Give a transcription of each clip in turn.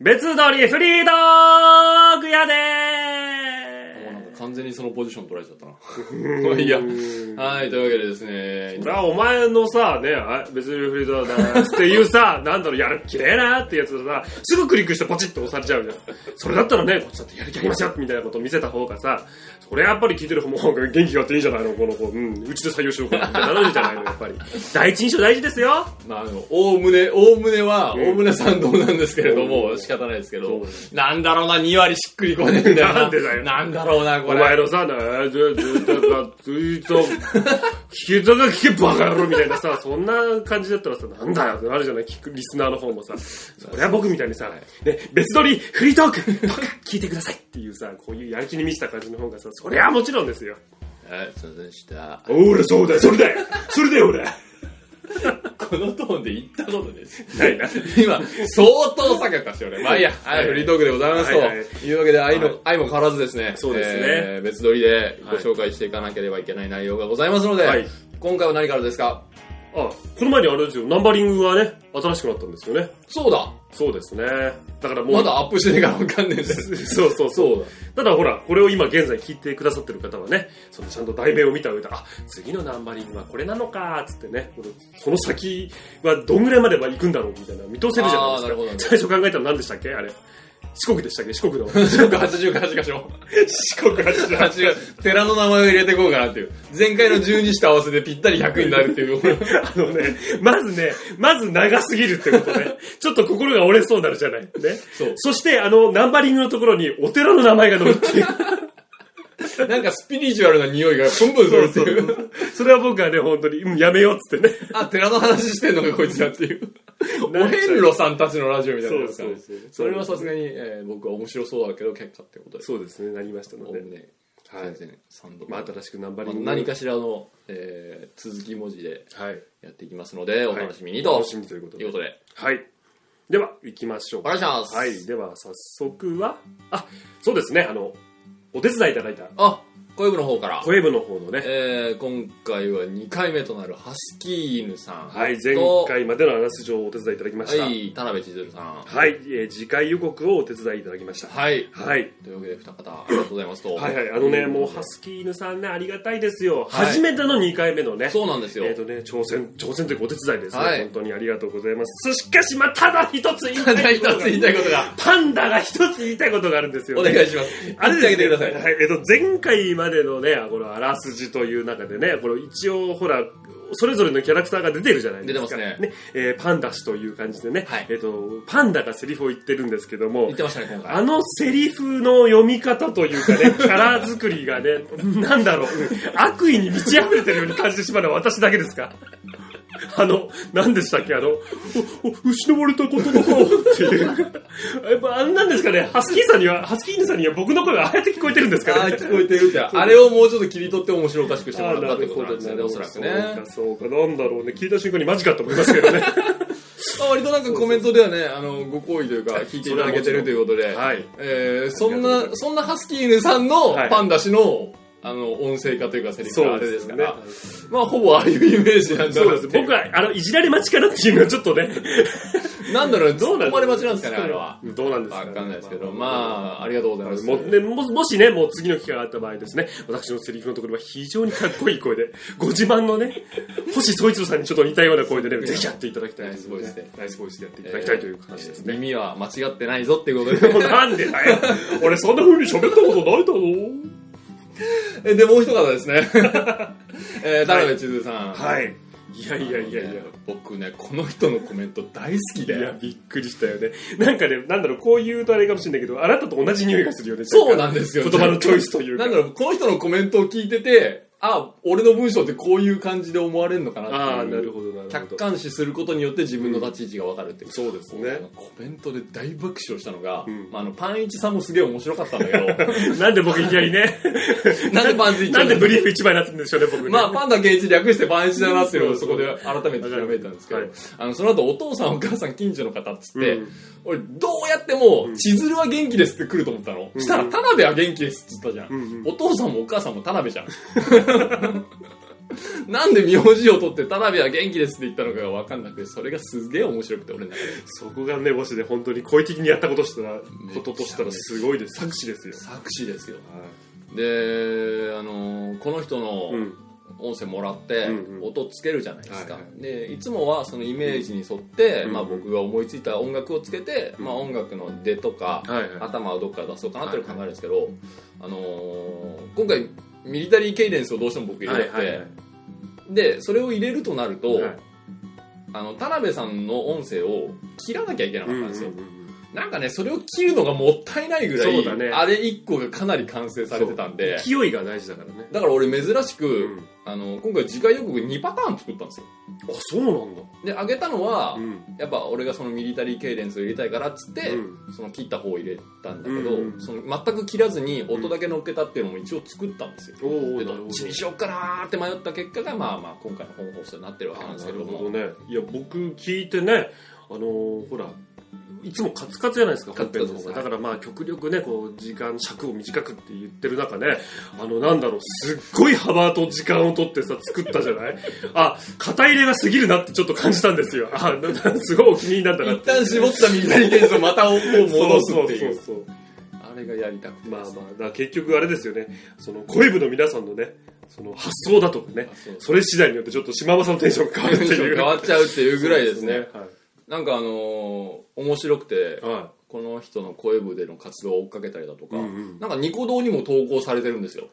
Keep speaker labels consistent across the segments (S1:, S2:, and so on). S1: 別撮りフリードークやで
S2: もうなん
S1: ー
S2: か完全にそのポジション取られちゃったな。まあいいや。はい、というわけでですね。
S1: 俺はお前のさ、ね、あ別にフリードだなっていうさ、 なんだろう、やる気ねえなってやつださ、すぐクリックしてポチッと押されちゃうじゃん。それだったらね、こっちだってやる気ありますよみたいなことを見せた方がさ、それやっぱり聞いてる方も元気があっていいじゃないの、この子。うん、うちで採用しようかなってなるじゃないの、やっぱり。第一印象大事ですよ。
S2: まあ、あの、おおむね、おおむねは、
S1: ん
S2: おおむね賛同なんですけれども、仕方ないですけど、なんだろうな、2割しっくりこねえんだよな。
S1: なんでだよ
S2: なんだろうな、こ
S1: お前
S2: れ。
S1: のさ、なずずっとか、ずっと、聞けたか聞けバカ野郎みたいな さ、そんな感じだったらさ、なんだよってなるじゃない、聞くリスナーの方もさ、そりゃ僕みたいにさ、ね、別撮り、フリートーク、バカ、聞いてくださいっていうさ、こういうやる気に満ちた感じの方がさ、そりゃもちろんですよ。
S2: はい、すいませんでした。
S1: おら、そうだよ、それだよ、それだよ、俺。
S2: このトーンで言ったことです。
S1: ないな。
S2: 今、相当避けたし、俺。まあいいや、はい、
S1: はい
S2: フリートークでございますと。
S1: はいはい
S2: いうわけで、愛の、
S1: はい
S2: 愛も変わらずですね。
S1: そうですね
S2: えー別撮りでご紹介していかなければいけない内容がございますので、
S1: はい
S2: 今回は何からですか
S1: あ、この前にあれですよ、ナンバリングがね、新しくなったんですよね。
S2: そうだ
S1: そうですね。だからもう、
S2: まだアップしてねえからわかんねえんだよ。
S1: そうそうそう。
S2: そうだ。
S1: ただほら、これを今現在聞いてくださってる方はね、そのちゃんと題名を見た上で、あ、次のナンバリングはこれなのかーっつってね、このその先はどんぐらいまでは行くんだろうみたいな見通せるじゃないです
S2: あーな
S1: か。
S2: るほどね
S1: 最初考えたの何でしたっけあれ。四国でしたっけ四国の。
S2: 四国80か8か所。
S1: 四国が知らん
S2: 8が、寺の名前を入れていこうかなっていう。前回の12と合わせてぴったり100になるっていう。
S1: あのね、まずね、まず長すぎるってことね。ちょっと心が折れそうになるじゃない。ね。
S2: そう
S1: そして、あの、ナンバリングのところにお寺の名前が載るって いう。
S2: なんかスピリチュアルな匂いがプンプンするっていう。
S1: それは僕はね、本当に、うん、やめようっつってね。
S2: あ、寺の話してんのかこいつだっていう。 お
S1: なんか
S2: 遍路さんたちのラジオみたいなやつですか
S1: そ
S2: ね。
S1: うそうそう
S2: それはさすがに、えー僕は面白そうだけど結果ってことです。
S1: そうですね、なりましたの
S2: おお
S1: で
S2: む。ね、
S1: はい
S2: 全然賛同。
S1: ま
S2: ま
S1: あ、新しくナンバ
S2: あ
S1: リング、
S2: 何かしらの、えー続き文字で
S1: はい
S2: やっていきますので、お楽しみに
S1: お
S2: と。
S1: 楽しみにということ
S2: とい
S1: で
S2: うことで、
S1: はいでは行きましょう
S2: お願いします。
S1: はいでは早速はあそうですねあのお手伝いいただいた
S2: あ、小部の方から。
S1: 声部の方のね
S2: えー今回は2回目となるハスキー犬さんと。
S1: はい前回までのあらすじをお手伝いいただきました
S2: は
S1: はい、
S2: い、田辺千鶴さん。
S1: えー次回予告をお手伝いいただきました
S2: はい。
S1: はい
S2: というわけで、二方、ありがとうございますと。
S1: はいはいあのねもうハ
S2: は
S1: スキー犬さんねありがたいですよ、
S2: はい
S1: 初めての2回目のね
S2: そうなんですよ。
S1: えっ、とね、挑戦、挑戦というかお手伝いですね、
S2: はい
S1: 本当にありがとうございます。しかし、まあ、ただ一つ言いた
S2: ただ
S1: い
S2: 一
S1: ことが。
S2: つ言いたいこ とが、
S1: パンダが一つ言いたいことがあるんですよ、
S2: お願いします。
S1: あれ
S2: 言ってあげてくだ
S1: です
S2: さ
S1: ね
S2: い。
S1: はい、えっと、前回までのね、このあらすじという中でね、この一応、ほら、それぞれのキャラクターが出てるじゃないですか。
S2: 出てますね
S1: えーパンダ氏という感じでね、
S2: はい
S1: えっと、パンダがセリフを言ってるんですけど
S2: 言
S1: も
S2: っ、てましたね、今回。
S1: あのセリフの読み方というか ね、キャラ作りがね、なんだろう、うん悪意に満ち溢れてるように感じてしまうのは私だけですかあの、何でしたっけあの、おお失われた言葉っていう。やっぱ、あんなんですかね、ハスキーさんには、ハスキー犬さんには僕の声がああやって聞こえてるんです
S2: あ
S1: か
S2: ー
S1: ね。
S2: 聞こえてるじゃん。あれをもうちょっと切り取って面白おかしくしてもらったってことなんですよね、おそらくね。
S1: そうか、そうか、なんだろうね。聞いた瞬間にマジかと思いますけどね。
S2: あ割となんかコメントではね、あの、ご好意というか、聞いていただけてるということで、
S1: はい。
S2: えーそん
S1: ありがとうございま
S2: な、そんなハスキー犬さんの
S1: はい
S2: パンダ氏の、あの、音声化というかセリフがあれですから、まあ、ほぼああいうイメージなんだ
S1: そう
S2: ろう
S1: で
S2: って
S1: す。
S2: いう
S1: 僕は、あの、いじられ待ちかなっていうのはちょっとね。
S2: なんだろうね、どう
S1: どうなんだ
S2: な生
S1: ろ
S2: まれ
S1: う
S2: 待ちなんですかね、あれは。
S1: どうなんですか、
S2: わか
S1: ね、
S2: んないですけど、まあ、ありがとうございます。
S1: もね、ももしね、もう次の機会があった場合ですね、私のセリフのところは非常にかっこいい声で、ご自慢の ね、星総一郎さんにちょっと似たような声でね、ぜひやっていただきたいですね、
S2: ナイスボイスで
S1: ナイスボイスでやってい
S2: えー
S1: ただきたいという話ですね。
S2: 耳は間違ってないぞっていうことで。
S1: もうなんでだよ。俺そんな風に喋ったことないだろ
S2: えで、もう一方ですね。 えー、田辺千鶴さん。。
S1: はいい。いやいやいやいや。
S2: 僕ね、この人のコメント大好き
S1: いや
S2: で。、
S1: びっくりしたよね。なんかね、なんだろう、こう言うとあれかもしれないけど、あなたと同じ匂いがするよね。
S2: そうなんですよ
S1: 言葉のチョイスというか
S2: なん。だろう、この人のコメントを聞いてて、あ、俺の文章ってこういう感じで思われるのかなっていう。
S1: ああ、なるほど、なるほど。
S2: 客観視することによって自分の立ち位置が分かるっていう、
S1: そうですね
S2: あのコメントで大爆笑したのが、
S1: ん
S2: まあ、あのパンイチさんもすげえ面白かったんだけ ど
S1: なんで僕いきなり ね。
S2: なんでパンツイチ
S1: なんでブリーフ一枚になってるんでしょうね、僕ね。
S2: まあパンダケイチ略してパンイチだなっていうのを
S1: そ
S2: そう
S1: そ
S2: こ
S1: う
S2: で改めて調べたんですけど、
S1: はい
S2: あのその後お父さんお母さん近所の方っつって、
S1: うん
S2: 俺どうやっても「千鶴は元気です」って来ると思ったの、
S1: ん
S2: したら「田辺は元気です」っつったじゃん、
S1: うんうん
S2: お父さんもお母さんも田辺じゃんなんで名字を取って田辺は元気ですって言ったのかが分かんなくてそれがすげえ面白くて俺の中で
S1: そこが目星で本当に故意的にやったことしたらこととしたらすごいです作詞ですよ、
S2: 作詞ですよであのこの人の
S1: うん
S2: 音声もらって
S1: うんうん
S2: 音つけるじゃないですか、、
S1: はいはい
S2: でいつもはそのイメージに沿って、
S1: うん
S2: まあ、僕が思いついた音楽をつけて、まあ、音楽の出とか、
S1: はいはい
S2: 頭をどっから出そうかなっていうのを考えるんですけど、あのー今回ミリタリーケイデンスをどうしても僕入れなくて、でそれを入れるとなると、
S1: はい
S2: あの田辺さんの音声を切らなきゃいけなか
S1: う
S2: っ
S1: ん
S2: た
S1: うんん
S2: ですよ、
S1: うん
S2: なんかねそれを切るのがもったいないぐら
S1: そう
S2: い、
S1: だね
S2: あれ1個がかなり完成されてたんで
S1: 勢いが大事だからね
S2: だから俺珍しく、
S1: うん
S2: あの今回次回予告2パターン作ったんですよ
S1: あそうなんだ
S2: で上げたのは、
S1: うん
S2: やっぱ俺がそのミリタリーケイデンスを入れたいからっつって、
S1: うん
S2: その切った方を入れたんだけど、
S1: うん
S2: その全く切らずに音だけ乗っけたっていうのも一応作ったんですよ、
S1: おーお
S2: で
S1: ーな
S2: どっちにしようかなーって迷った結果が、まあまあ今回の本放送になってるわけなんですけれど
S1: る
S2: も
S1: ほどねいや僕聞いてねあのーほらいつもカツカツじゃないですか
S2: カ
S1: 本
S2: ツカ
S1: 編
S2: ツ
S1: の方が
S2: ですは
S1: だ
S2: い
S1: からまあ極力ねこう時間尺を短くって言ってる中ねあのなんだろうすっごい幅と時間を取ってさ作ったじゃないあ肩入れが過ぎるなってちょっと感じたんですよあ ななすごいお気に入りなんだなっ
S2: 一
S1: て
S2: 旦絞ったミリタリーケイデンスをまた音を戻す
S1: そう
S2: って
S1: そ
S2: いうう
S1: そうそう
S2: あれがやりたくて
S1: まあまあだから結局あれですよねその恋部の皆さんのねその発想だとかね
S2: あそう
S1: それ次第によってちょっと島山さんのテンションが変わるっていう
S2: 変わっちゃうっていうぐらいですね
S1: そうはい
S2: なんかあのー面白くて
S1: は
S2: この人の声部での活動を追っかけたりだとか、
S1: うんうん
S2: なんかニコ動にも投稿されてるんですよ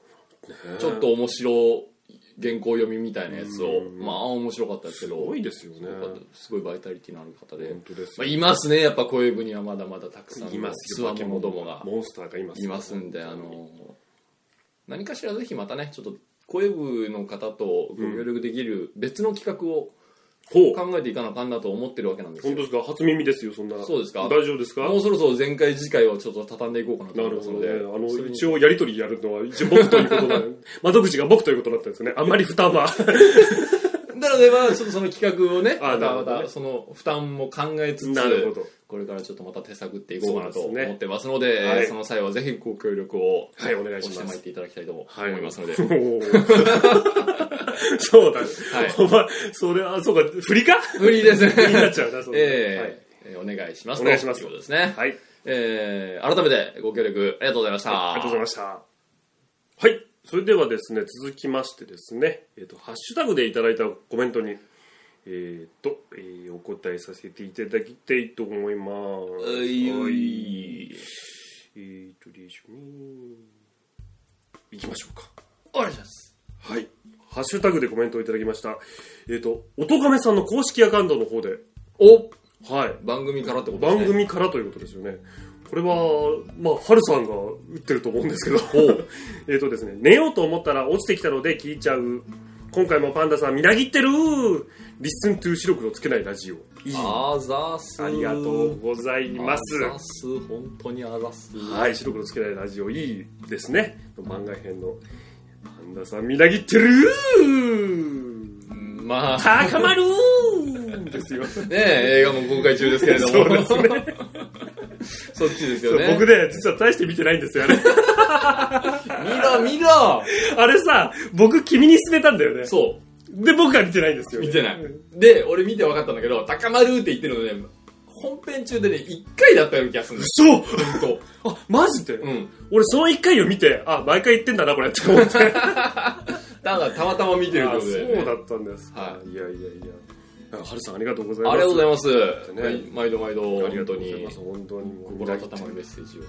S1: い、
S2: ちょっと面白い原稿読みみたいなやつを、
S1: うん
S2: まあ面白かったですけ
S1: す
S2: ど
S1: ごいですよね
S2: よかったすごいバイタリティのある方で、
S1: 本当です
S2: まあ、
S1: よ
S2: いますねやっぱ声部にはまだまだたくさんの
S1: います
S2: つわ
S1: よ
S2: ものどもが
S1: モンスターがいます
S2: いますんであの何かしらぜひまたねちょっと声部の方とご協力できる別の企画を
S1: ほう
S2: 考えていかなあかんなと思ってるわけなんです
S1: 本
S2: よ
S1: 当ですか初耳ですよそんな
S2: そうですか
S1: 大丈夫ですか
S2: もうそろそろ前回次回をちょっと畳んでいこうかなと
S1: なる
S2: 思います
S1: ほ
S2: の
S1: どね
S2: で
S1: あの
S2: それに
S1: 一応やり取りやるのは一応僕という ことだ窓口が僕ということだったんですねあんまり負担は
S2: なのでまあちょっとその企画をね
S1: あ
S2: ま
S1: なる
S2: た
S1: ほ
S2: ま
S1: どね
S2: たその負担も考えつつ
S1: なるほど
S2: これからちょっとまた手探っていこうかなと
S1: そうですね
S2: 思ってますのでそ
S1: はい
S2: の際はぜひご協力を
S1: はいお願い
S2: お
S1: し
S2: して
S1: ま
S2: まいっ
S1: す
S2: ていただきたいと思
S1: はい
S2: いますので、
S1: おーそうだね、
S2: はい
S1: お前それはそうか振りか
S2: 無理ですね
S1: 振りになっちゃうなそれ
S2: えーえーお願いしますと
S1: お願いします
S2: いうことですね、
S1: はい、はい、
S2: えー改めてご協力ありがとうございました、
S1: ありがとうございましたはいそれではですね続きましてですね、えっとハッシュタグでいただいたコメントにえっと、えーお答えさせていただきたいと思います
S2: うい
S1: は
S2: う
S1: い
S2: い
S1: えー、とりあえずに行きましょうか
S2: お願いします
S1: はいハッシュタグでコメントをいただきましたえっ、と音亀さんの公式アカウントの方で
S2: お
S1: はい
S2: 番組からってことですね
S1: 番組からということですよね。これは、まあ、ハルさんが打ってると思うんですけど、 えっとですね、寝ようと思ったら落ちてきたので聞いちゃう。今回もパンダさんみなぎってるリスントゥ視力のつけないラジオ。いい。あ
S2: あざっす
S1: りがとうございます。
S2: あざっす本当にあざっす
S1: はい、視力のつけないラジオ、いいですね。番外編の、パンダさんみなぎってる
S2: まあ
S1: 高まるですよ。
S2: ねえ映画も公開中ですけれども。
S1: そうですね。
S2: そっちですよね。
S1: 僕ね、実は大して見てないんですよ、あれ。
S2: 見ろ見ろ
S1: あれさ、僕君に勧めたんだよね。
S2: そ
S1: で、僕は見てないんですよ
S2: う、
S1: ね、
S2: 見てな
S1: う
S2: い
S1: ん。
S2: で、俺見て分かったんだけど、高まるって言ってるのね、本編中でね、1回だったような気がするんです
S1: そう
S2: よ。
S1: あ、マジで、
S2: ほんとうん。
S1: 俺その一回を見て、あ、毎回言ってんだな、これって思 って。
S2: だからたまたま見てるって
S1: あ
S2: ことで、
S1: そうだったんですか。、
S2: はい
S1: やいやいや。あはるさんありがとうございます。
S2: ありがとうござい
S1: ま
S2: ます。
S1: ね
S2: はい毎度毎度、
S1: ありが
S2: 本
S1: と
S2: 当
S1: うござい
S2: に
S1: ま、す。本当にもう
S2: 心温まるメッセージを。
S1: ご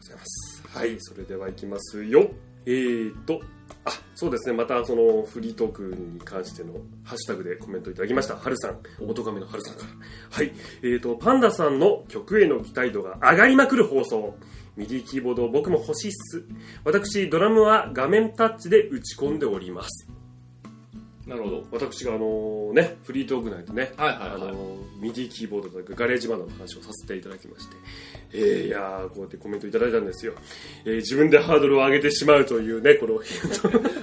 S1: ざいます。はい、それではいきますよ。えーと、あ、そうですね、またそのフリートークに関してのハッシュタグでコメントいただきました。はるさん、音亀のはるさんから。はい、えーと、パンダさんの曲への期待度が上がりまくる放送。右キーボード僕も欲しいっす。私、ドラムは画面タッチで打ち込んでおります。
S2: なるほど。
S1: 私があのね、フリートーク内でね、
S2: はいはい
S1: あ
S2: はい。
S1: のミディキーボードというかガレージバンドの話をさせていただきまして、えーいやーこうやってコメントいただいたんですよ、えー自分でハードルを上げてしまうというねこの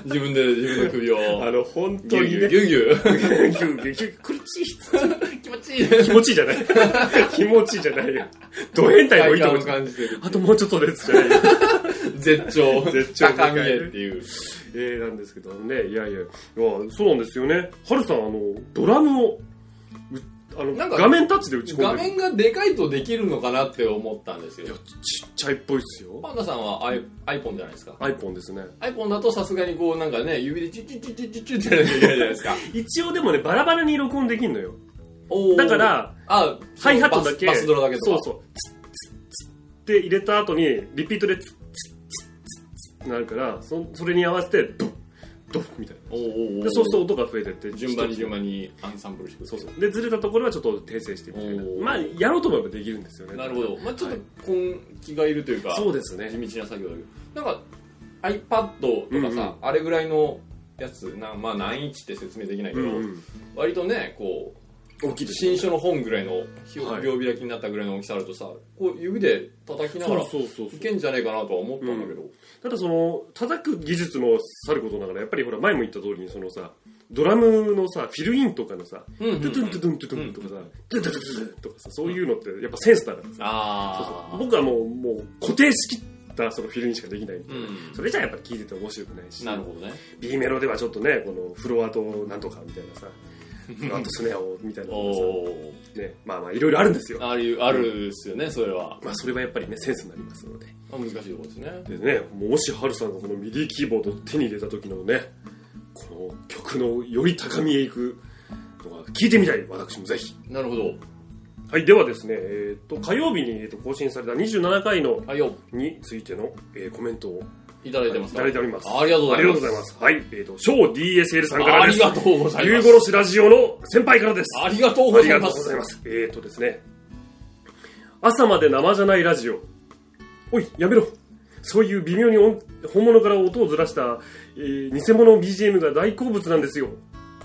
S2: 自分で自分の首を、
S1: あの本
S2: ギ
S1: 当
S2: ュギ
S1: に
S2: ュ
S1: ね
S2: ギュギ
S1: ギュ
S2: ュ。
S1: ギュギュ苦しい
S2: 気持ちちいいね
S1: 気持ちいいじゃない気持ちいいじゃないよ。ド変態もいいとこ
S2: 快感を感じてる
S1: あともうちょっとですじゃないよ。
S2: 絶頂
S1: 絶頂
S2: 高見えっていう
S1: えー、なんですけどね、いやいや、いやそうなんですよね。ハルさん、あの、ドラムを、うあの
S2: なんか
S1: 画面タッチで打ち込んで
S2: 画
S1: る
S2: 面がでかいとできるのかなって思ったんですよ
S1: ちっちゃいっぽいっすよ。
S2: パンダさんはアイ iPhone じゃないですか
S1: iPhone ですね。
S2: iPhone だとさすがにこうなんかね指でチュチュチュチュチュチュってやらなきゃいけないじゃないですか
S1: 一応でもね、バラバラに録音できんのよ。
S2: おー
S1: だから、
S2: あ
S1: ハイハットだけ、
S2: バスバスドラだけとか
S1: そうそう。ツッツッツッって入れた後に、リピートでツッツッツッツッツッってなるから、そそれに合わせて、ドンドンみたい
S2: おーおー
S1: な。
S2: おー
S1: でそうすると音が増えてって、
S2: 順番に順
S1: 番
S2: 番にアンサンブルしてくる
S1: そうそう。で、ずれたところはちょっと訂正してみたいな
S2: お。ー
S1: まあ、やろうと思えばできるんですよね。
S2: なるほど、まあ、ちょっ
S1: は
S2: と
S1: い
S2: 根気がいるというか、
S1: そうですね。
S2: 地道な作業だけどなんか iPad とかさ、
S1: うん
S2: あれぐらいのやつなまあ何インチって説明できないけど、
S1: うん
S2: 割とねこ
S1: うん、大きいうです
S2: 新書の本ぐらいのひょ
S1: はい
S2: 秒開きになったぐらいの大きさあるとさこう指で叩きながら
S1: そうそうそ
S2: いうけんじゃないかなとは思ったんだけど、
S1: ただその叩く技術もさることながらやっぱりほら前も言った通りにそのさドラムのさフィルインとかのさ
S2: うんうん
S1: トゥトゥントゥトゥントゥトゥンとかさトゥトゥトゥトゥトゥンとかさそういうのってやっぱセンスだからさ
S2: ああ
S1: 僕はもうもう固定しきったそのフィルインしかできない
S2: うん
S1: それじゃやっぱり聴いてて面白くないし
S2: なるほどね
S1: B メロではちょっとねこのフロアとなんとかみたいなさフロアとスネアをみたいな
S2: お
S1: のがさ
S2: お
S1: ねまあまあいろいろあるんですよ
S2: あるあるですよねそれは
S1: まあそれはやっぱりねセンスになりますので
S2: まあ難しいところですね
S1: でね、もしハルさんがこのミディキーボードを手に入れた時のね、この曲のより高みへ行くのが聞いてみたい、私もぜひ。
S2: なるほど
S1: はい、ではですね、えっと、火曜日に、えーと更新された27回の
S2: はいよ
S1: についての、えーコメントを
S2: いただ
S1: い
S2: いてます
S1: ただいております。
S2: ありがとうございます
S1: ありがすはい、えっと、小 DSL さんから
S2: あ
S1: です
S2: り。がとうござい
S1: 竜
S2: ます
S1: 殺しラジオの先輩からです。
S2: ありがとう
S1: あ
S2: ご
S1: り
S2: ざい
S1: がと
S2: ま
S1: うござ
S2: す
S1: います。えー、とですね。朝まで生じゃないラジオ。おい、やめろ。そういう微妙に音本物から音をずらした、えー偽物 BGM が大好物なんですよ。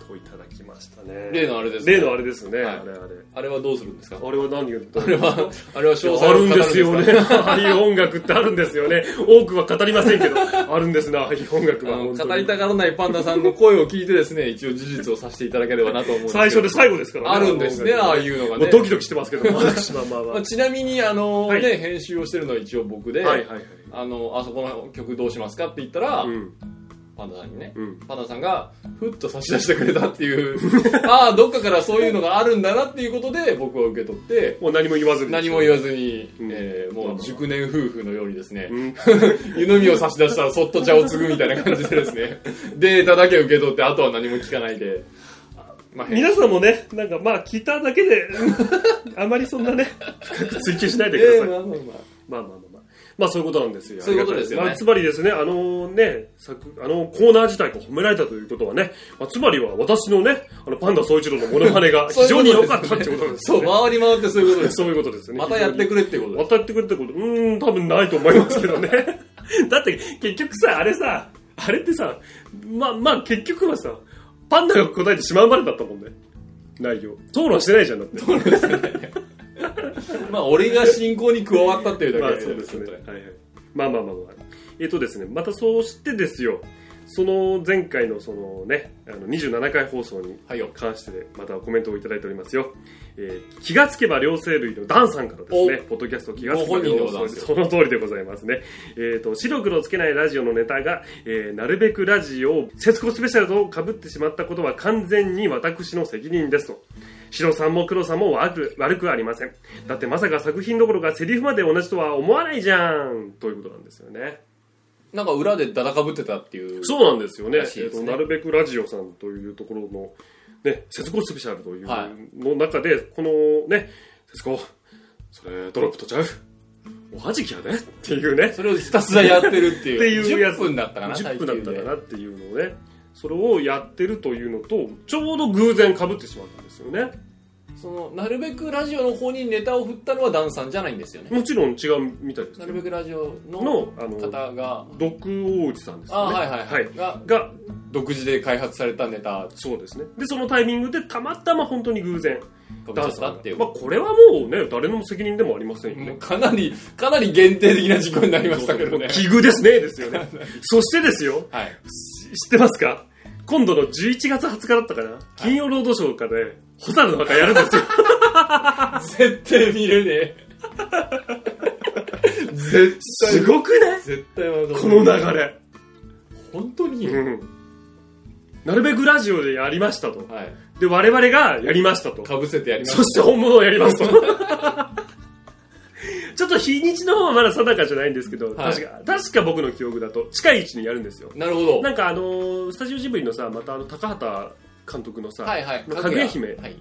S1: といただきましたね。
S2: 例のあれですね
S1: 例のあれですね。
S2: はい
S1: あれあれ。
S2: あれはどうするんですか
S1: あれは何言ったあ
S2: あれは、あれは詳細を
S1: あ
S2: 語
S1: る
S2: るん
S1: ん
S2: で
S1: ですす
S2: か
S1: よね。ああいう音楽ってあるんですよね。多くは語りませんけど、あるんですな、ああいう音楽
S2: あ
S1: は。
S2: の
S1: 本当に
S2: 語りたがらないパンダさんの声を聞いてですね、一 応事実をさせていただければなと思うんですけど
S1: 最初で最後ですから
S2: あるんですね、ああ
S1: う。
S2: いうのが
S1: も
S2: ね
S1: う。ドキドキしてますけど、私はまあまあ。
S2: まあちなみに、あの
S1: はい
S2: ね、編集をしてるのは一応僕で、
S1: はいはいはい。
S2: あの、あそこの曲どうしますかって言ったら
S1: う、ん。
S2: パンダさんにね、
S1: うん。
S2: パンダさんがふっと差し出してくれたっていう、 ああ、どっかからそういうのがあるんだなっていうことで僕は受け取って、
S1: もう何も言わずに。
S2: 何も言わずに、
S1: うん
S2: えーもう熟年夫婦のようにですね、
S1: うん。
S2: 湯飲みを差し出したらそっと茶を継ぐみたいな感じでですね、データだけ受け取って、あとは何も聞かないで、まあ、変
S1: 皆さんもね、なんかまあ聞いただけで、 うんあまりそんなね、深く追求しないでください。
S2: えーまあまあまあ
S1: まあまあまあまあ。まあそういうことなんですよ。
S2: そういうことですよね
S1: まあつまりですね、あのね、作あのコーナー自体が褒められたということはね、まあ、つまりは私のね、あのパンダ総一郎のモノマネ が非常に良かったってことなんです
S2: そ
S1: よ
S2: う、
S1: ね。
S2: 回り回ってそういうことです。
S1: そういうことですね。
S2: またやってくれっていうことで
S1: またやってくれってことうーん多分ないと思いますけ どねだって結局さあれさあれってさまあまあ結局はさパンダが答えてしまうまでだったもんね内容討論してないじゃんだって
S2: す。まあ、俺が進行に加わったっていうだ
S1: ま
S2: け
S1: あそうですね
S2: ちょっと
S1: はいはいまあまあまあまあえっとですねまたそうしてですよその前回のそのねあの27回放送に
S2: はいよ。
S1: 関してでまたコメントをいただいておりますよ、えー気がつけば両生類のダンさんからですねポッドキャスト気がつけば
S2: ご本人でござい
S1: 両
S2: ます
S1: 生類
S2: よ
S1: その通りでございますねえっ、と白黒つけないラジオのネタが、えーなるべくラジオを節子スペシャルと被ってしまったことは完全に私の責任ですと白さんも黒さんも悪く悪くありませんだってまさか作品どころかセリフまで同じとは思わないじゃんということなんですよね
S2: なんか裏でダダかぶってたっていう。
S1: そうなんですよね。
S2: らしいですね
S1: えっとなるべくラジオさんというところの、ね、節子スペシャルという
S2: は
S1: の中で、このね、節子、それドロップとちゃうおはじきやねっていうね、
S2: それをひたすらやってるっていう。
S1: っていうやつ
S2: 10分だったかな、
S1: 10分だったか
S2: な。
S1: なっていうのをね、それをやってるというのと、ちょうど偶然被ってしまったんですよね。
S2: その、なるべくラジオの方にネタを振ったのはダンさんじゃないんですよね。
S1: もちろん違うみたいです
S2: な
S1: け
S2: る
S1: ど
S2: べくラジオの
S1: の、あの、
S2: 方が、
S1: 毒王子さんです
S2: あ
S1: よ
S2: あ、
S1: ね。
S2: はいはいはい。が、
S1: が、
S2: 独自で開発されたネタ、
S1: そうですね。で、そのタイミングでたまたま本当に偶然、
S2: かぶっ
S1: ダ
S2: ちゃ
S1: ン
S2: っ
S1: サ
S2: た
S1: ー
S2: っていう。
S1: まあ、これはもうね、誰の責任でもありませんよ
S2: もう
S1: ね。
S2: かなり、かなり限定的な事故になりましたけどね。
S1: 奇遇ですね、ですよね。 そしてですよ、
S2: はい。
S1: し知ってますか今度の11月20日だったかな、金曜ロードショーかで、ホタルの墓やるんです よ。
S2: 絶対見れねえ絶対
S1: すごくね
S2: 絶対わかんない
S1: この流れ。
S2: 本当に、
S1: うん。なるべくラジオでやりましたと。
S2: はい
S1: で、我々がやりましたと。
S2: かぶせてやります
S1: そして本物をやりますと。 ちょっと日にちの方はまだ定かじゃないんですけど、
S2: はい
S1: 確か、確か僕の記憶だと、近い位置にやるんですよ。
S2: なるほど
S1: なんかあのースタジオジブリのさ、またあの、高畑監督のさ、
S2: はいはい
S1: まあかぐや姫
S2: はい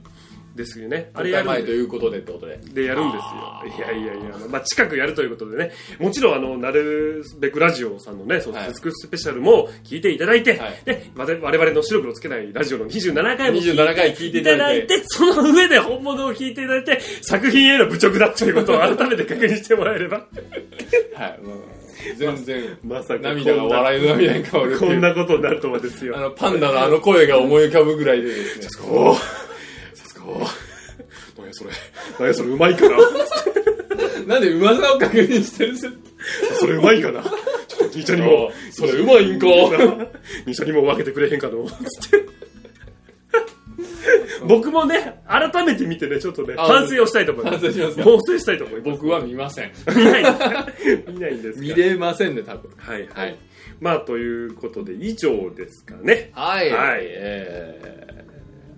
S1: ですよね。あ
S2: あ
S1: れ
S2: れ
S1: や
S2: や
S1: るん
S2: 前
S1: で
S2: ということでってことで
S1: でやるんですよ。いやいやいや、まあ、近くやるということでね、もちろん、あの、なるべくラジオさんのね、そう、
S2: はい
S1: 節句スペシャルも聞いていただいて、
S2: はい
S1: で、わで我々の白黒つけないラジオの27回も聞い
S2: 27回聞いて
S1: てい
S2: い
S1: た
S2: た
S1: だ
S2: だ
S1: い
S2: いて
S1: て、その上で本物を聞いていただいて、作品への侮辱だということを改めて確認してもらえれ ば、
S2: はいまあ全然
S1: まさかこんな
S2: 涙が笑いの涙に変わるって
S1: こ
S2: い
S1: ん
S2: う
S1: なことになるとはですよ
S2: あ。のパンダのあの声が思い浮かぶぐらいでですね
S1: おぉさすがおぉ何やそれ。何やそれうまいかな。
S2: なんでうまさを確認してるんです
S1: それうまいかな。ちょっと兄ちゃんにも
S2: よ、それうまいんか
S1: 二緒にも分けてくれへんかのつって 僕もね改めて見てねちょっとね
S2: あ
S1: 反省をしたいと思います
S2: 反省しますか
S1: 猛省したいと思います
S2: 僕は見ません
S1: 見ない んです見ないんですか
S2: 見れませんね多分
S1: はいは、
S2: はいい
S1: まあということで以上ですかね
S2: はい、
S1: はい
S2: えー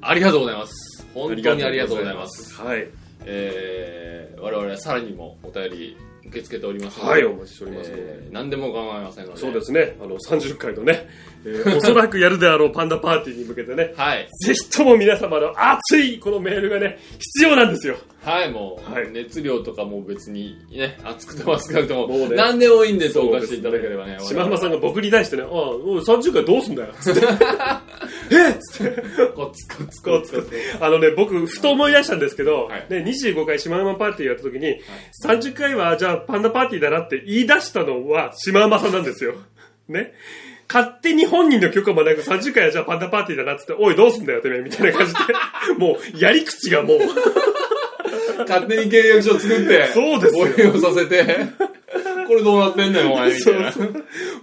S2: ありがとうございます本当にありがとうございます
S1: はい
S2: えー我々はさらにもお便り受け付けておりますので、
S1: はいお待ちしておりますので、
S2: えー何でも構いませんので
S1: そうですねあの30回のね、え ーおそらくやるであろうパンダパーティーに向けてね
S2: はい
S1: ぜひとも皆様の熱いこのメールがね必要なんですよ
S2: はいもう、
S1: はい
S2: 熱量とかも別にね熱くても熱くなくても
S1: もうね
S2: 何でもいいんで
S1: そう
S2: 投
S1: で
S2: 下
S1: す
S2: していただければね
S1: 島浜さんが僕に対してね、ああ、おい30回どうすん だよ。つって。えっつって。
S2: 我々はコツコツコツコツ
S1: あのね、僕、ふと思い出したんですけど、
S2: はい
S1: ね、25回島浜パーティーやった時に、30回は、じゃあパンダパーティーだなって言い出したのは島浜さんなんですよ。ね。勝手に本人の許可もなく30回はじゃあパンダパーティーだなってって、おいどうすんだよてめえみたいな感じで、 もうやり口がもう、
S2: 勝手に契約書作って
S1: そうですよ
S2: 応援をさせてこれどうなってんだよお前みたいな
S1: そう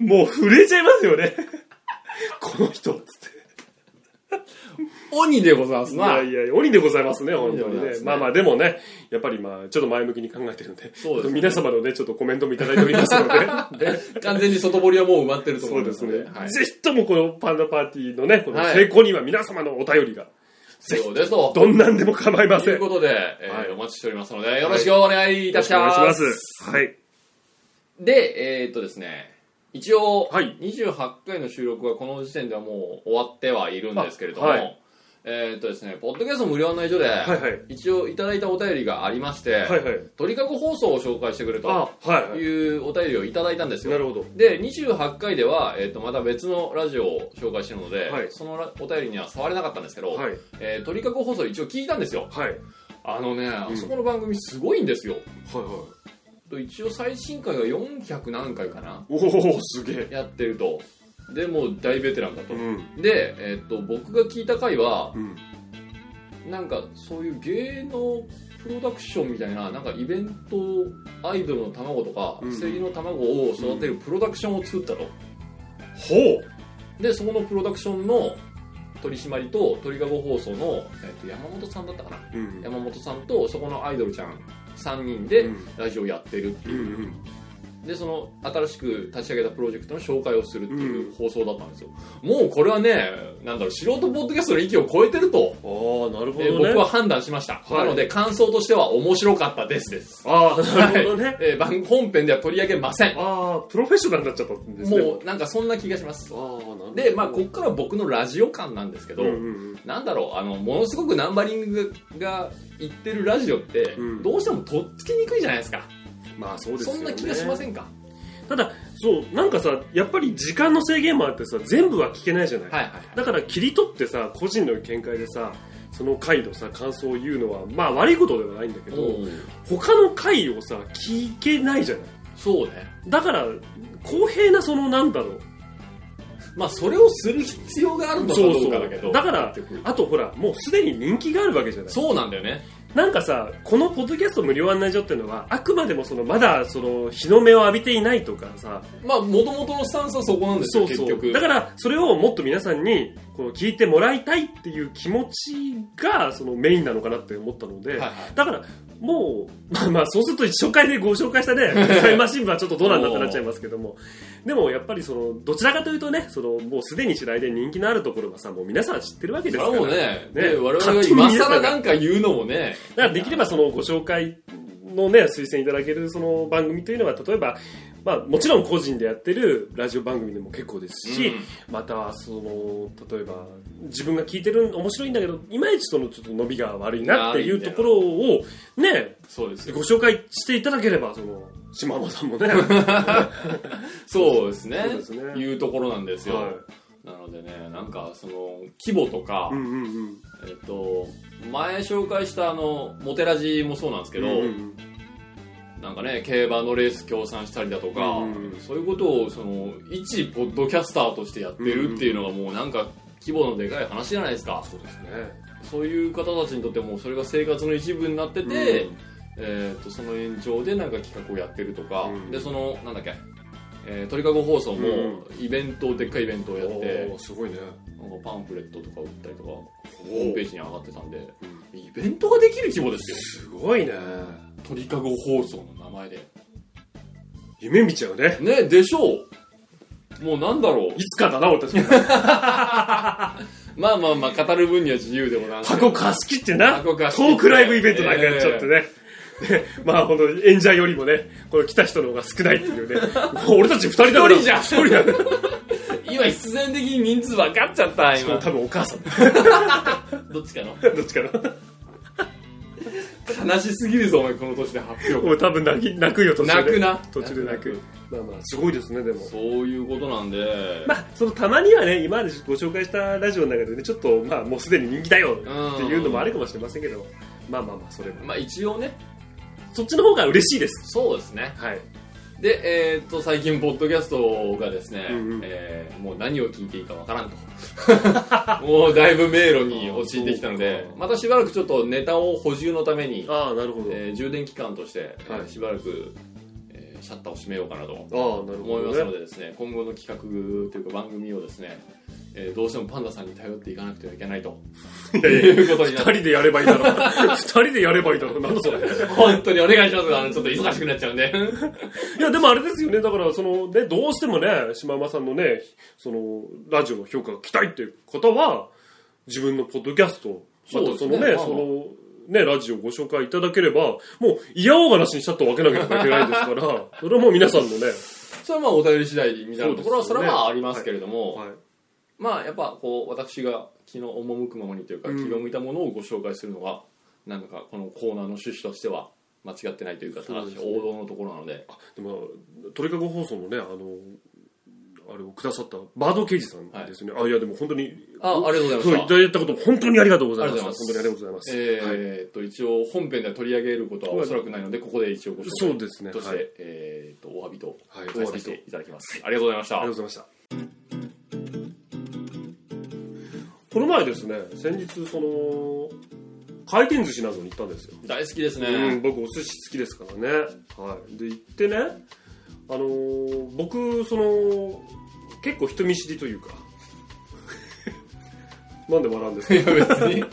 S1: もう触れちゃいますよね。 この人っつって。
S2: 鬼でございます
S1: い
S2: な
S1: やいや、鬼でございますね、本当
S2: 鬼
S1: に
S2: でございま
S1: ね
S2: す。ね
S1: まあまあ、でもね、やっぱりまあ、ちょっと前向きに考えてるんで、
S2: そうですね
S1: 皆様のね、ちょっとコメントもいただいております ので、ね
S2: 完全に外堀はもう埋まってると思
S1: そううんですね。
S2: はい、
S1: ぜひともこのパンダパーティーのね、この
S2: はい
S1: 成功には皆様のお便りが、
S2: そうですと
S1: どんなんでも構いま
S2: と
S1: せ
S2: い
S1: ん。
S2: うことで、えー
S1: はい
S2: お待ちしておりますので、よろしくお願いいたし
S1: お願
S2: ま
S1: い
S2: す。
S1: します。はい。
S2: で、えーっとですね、一応、
S1: はい
S2: 28回の収録はこの時点ではもう終わってはいるんですけれども、
S1: あはい
S2: えーっとですね、ポッドキャスト無料案内所で、
S1: はいはい。
S2: 一応いただいたお便りがありまして、
S1: はいはい。
S2: 鳥かご放送を紹介してくれと
S1: あ、はいはい。
S2: いうお便りをいただいたんですよ
S1: な。るほど。
S2: で、28回では、えーっとまた別のラジオを紹介してるので、
S1: はい
S2: そのラお便りには触れなかったんですけど、
S1: はい。
S2: えー鳥かご放送一応聞いたんですよ。
S1: はい。はい
S2: あのね、あ
S1: うん
S2: そこの番組すごいんですよ。
S1: はい。
S2: と一応最新回が400何回かな
S1: おおすげえ。
S2: やってるとでもう大ベテランだと
S1: うん。
S2: で、えっと僕が聞いた回は
S1: うん。
S2: なんかそういう芸能プロダクションみたいななんかイベントアイドルの卵とか
S1: うん
S2: 声優の卵を育てるプロダクションを作ったと
S1: ほ
S2: でそこのプロダクションの取締りと鳥かご放送の、えっと山本さんだったかな
S1: う。うん。
S2: 山本さんとそこのアイドルちゃん3人で
S1: うん
S2: ラジオやってるって
S1: う
S2: い
S1: ん
S2: う、
S1: うん。
S2: でその新しく立ち上げたプロジェクトの紹介をするっていう放送だったんですよ、もうこれはねなんだろう素人ポッドキャストの域を超えてると、
S1: ああ、なるほ
S2: えー
S1: どね。
S2: 僕は判断しました、
S1: い
S2: なので感想としては面白かったですです、
S1: ああ、なるほどね。
S2: えー番本編では取り上げません
S1: ああ、プロフェッショナルになっちゃったんですね。
S2: もうなんかそんな気がします
S1: ああ、なるほど。
S2: でまあこっから僕のラジオ感なんですけど、
S1: うんうん
S2: なんだろうあのものすごくナンバリングが言ってるラジオって、
S1: うん
S2: どうしてもとっつきにくいじゃないですか
S1: うん、まあそうです
S2: そ
S1: よね。
S2: んな気がしませんか
S1: ただ、そう、なんかさ、やっぱり時間の制限もあってさ、全部は聞けないじゃない。
S2: はいはいはい
S1: だから切り取ってさ、個人の見解でさ、その回のさ、感想を言うのは、まあ悪いことではないんだけど、
S2: うん
S1: 他の回をさ、聞けないじゃない。
S2: そうね
S1: だから、公平なそのなんだろう。
S2: まあそれをする必要があるのかどうかだけど
S1: だから
S2: 結局、
S1: あとほら、もうすでに人気があるわけじゃない。
S2: そうなんだよね
S1: なんかさ、このポッドキャスト無料案内所っていうのは、あくまでもその、まだその、日の目を浴びていないとかさ、
S2: まあもともとのスタンスはそこなんです
S1: そ
S2: よ
S1: うそう
S2: 結局
S1: だからそれをもっと皆さんにこの聞いてもらいたいっていう気持ちがそのメインなのかなって思ったので、
S2: はいはい
S1: だからもう、まあ、まあそうすると初回でご紹介した ね「タイムマシン部」はちょっとどうなんだってなっちゃいますけどもでもやっぱりそのどちらかというとねそのもうすでに白井で人気のあるところがさもう皆さん知ってるわけです
S2: それ
S1: か
S2: は
S1: ら
S2: もうね
S1: ね
S2: ね我々が今更なんか言うのもね
S1: だからできればそのご紹介のね推薦いただけるその番組というのは例えば、まあ、もちろん個人でやってるラジオ番組でも結構ですし、またその例えば自分が聞いてる面白いんだけどいまいちそのちょっと伸びが悪いなっていうところをね
S2: そうですよ
S1: ご紹介していただければその島間さんも ね
S2: そうですね
S1: そうですね
S2: いうところなんですよ、
S1: は
S2: なのでねなんかその規模とか、
S1: うんうんうん
S2: えっと前紹介したあのモテラジもそうなんですけど、
S1: うんうん
S2: なんかね競馬のレース協賛したりだとか、
S1: うんうん
S2: そういうことをその一ポッドキャスターとしてやってるっていうのがもうなんか規模のでかい話じゃないですかそう
S1: うんね
S2: いう方たちにとってもそれが生活の一部になってて、えー、とその延長でなんか企画をやってるとか、
S1: うん
S2: でそのなんだっけ、えー鳥かご放送も
S1: う
S2: イベント、でっかいイベントをやって
S1: おーすごいね
S2: なんかパンフレットとか売ったりとかホ
S1: ー
S2: ームページに上がってたんでイベントができる規模ですよ
S1: すごいね
S2: 鳥かご放送の名前で
S1: 夢見ちゃうね
S2: ねでしょうもうなんだろう
S1: いつかだな俺たちも
S2: まあまあまあ語る分には自由でもなんですけど
S1: 箱貸し切ってな
S2: 箱貸し
S1: ト
S2: 切って
S1: ークライブイベントなんかやっちゃってね、でまあ、この演者よりもね、この来た人の方が少ないって いうね、もう俺たち二人だから、
S2: 一人じゃん
S1: 一人だね
S2: 今必然的に人数分かっちゃった
S1: しかも
S2: 今
S1: 多分お母さん、ど
S2: どっちかの
S1: っちかな、
S2: 悲しすぎるぞお前この年で発表
S1: もう多分泣き泣くよ、途中
S2: 泣
S1: で、
S2: くな
S1: 途中で泣く、まあまあ、すごいですね、でも。
S2: そういうことなんで
S1: まあ、そのたまにはね、今までご紹介したラジオの中でね、ちょっと、まあ、もうすでに人気だよっていうのもあるかもしれませんけど、まあまあまあ、それは。
S2: まあ一応ね、
S1: そっちの方が嬉しいです。
S2: そうですね。
S1: はい。
S2: で、えーっと、最近、ポッドキャストがですね、
S1: うんうん
S2: えーもう何を聞いていいかわからんと。 もうだいぶ迷路に陥ってきたので
S1: あーそう、か
S2: またしばらくちょっとネタを補充のために、
S1: ああ、なるほど。
S2: えー充電期間として、えー
S1: はい
S2: しばらく、えーシャッターを閉めようかなと
S1: ああ、なる
S2: 思
S1: ほ
S2: い
S1: ど、ね
S2: ます。のでですね、今後の企画というか番組をですね、えーどうしてもパンダさんに頼っていかなくてはいけないと。
S1: いやいや
S2: いうこと
S1: 二
S2: にな
S1: 人
S2: る。
S1: でやればいいだろう。二人でやればいいだろう。なんだそれ。い
S2: 本当にお願いします。あの、ちょっと忙しくなっちゃうんで。
S1: や、でもあれですよね。だから、その、ね、どうしてもね、島山さんのね、その、ラジオの評価が期待っていう方は、自分のポッドキャスト、
S2: そう
S1: またその
S2: です
S1: ね、
S2: ね
S1: その、ね、ラジオをご紹介いただければ、もう、嫌おうがなしにシャットを分けなければいけないですから、 それはもう皆さんのね、
S2: それはまあお便り次第みたいなところは
S1: そ
S2: そうれ
S1: ですよね
S2: はまあありますけれども、
S1: はい。
S2: まあやっぱこう私が気の赴くままにというか
S1: うん
S2: 気が向いたものをご紹介するのが、なんかこのコーナーの趣旨としては間違ってないというか
S1: そう
S2: 正
S1: で
S2: し
S1: す
S2: い
S1: ね
S2: 王道のところなので
S1: でも、鳥かご放送のね、あの、あれをくださったバードケージさんですよね。あ、いや、でも本当に、
S2: あありがとうご
S1: そう、
S2: ざ
S1: い
S2: いました
S1: だいたこと、本当にありがとうございました。
S2: ありが
S1: 本
S2: とう
S1: 当
S2: ご
S1: に
S2: ざ
S1: あ
S2: います
S1: りがとうございます。
S2: えーっと一応本編では取り上げることはおそらくないのでここで一応ご紹
S1: そ
S2: 介
S1: うですね。
S2: として、
S1: はい。
S2: えーっとお詫びと
S1: はい、
S2: 返
S1: お詫
S2: さ
S1: び
S2: せ
S1: と。あり
S2: ていただきます、ありがとうございました
S1: がとうございました。この前ですね、先日、その、回転寿司などに行ったんですよ。
S2: 大好きですね、
S1: うん、僕お寿司好きですからね。はい。で、行ってね、あのー僕、その、結構人見知りというか、 なんで笑うん ですか
S2: いや別に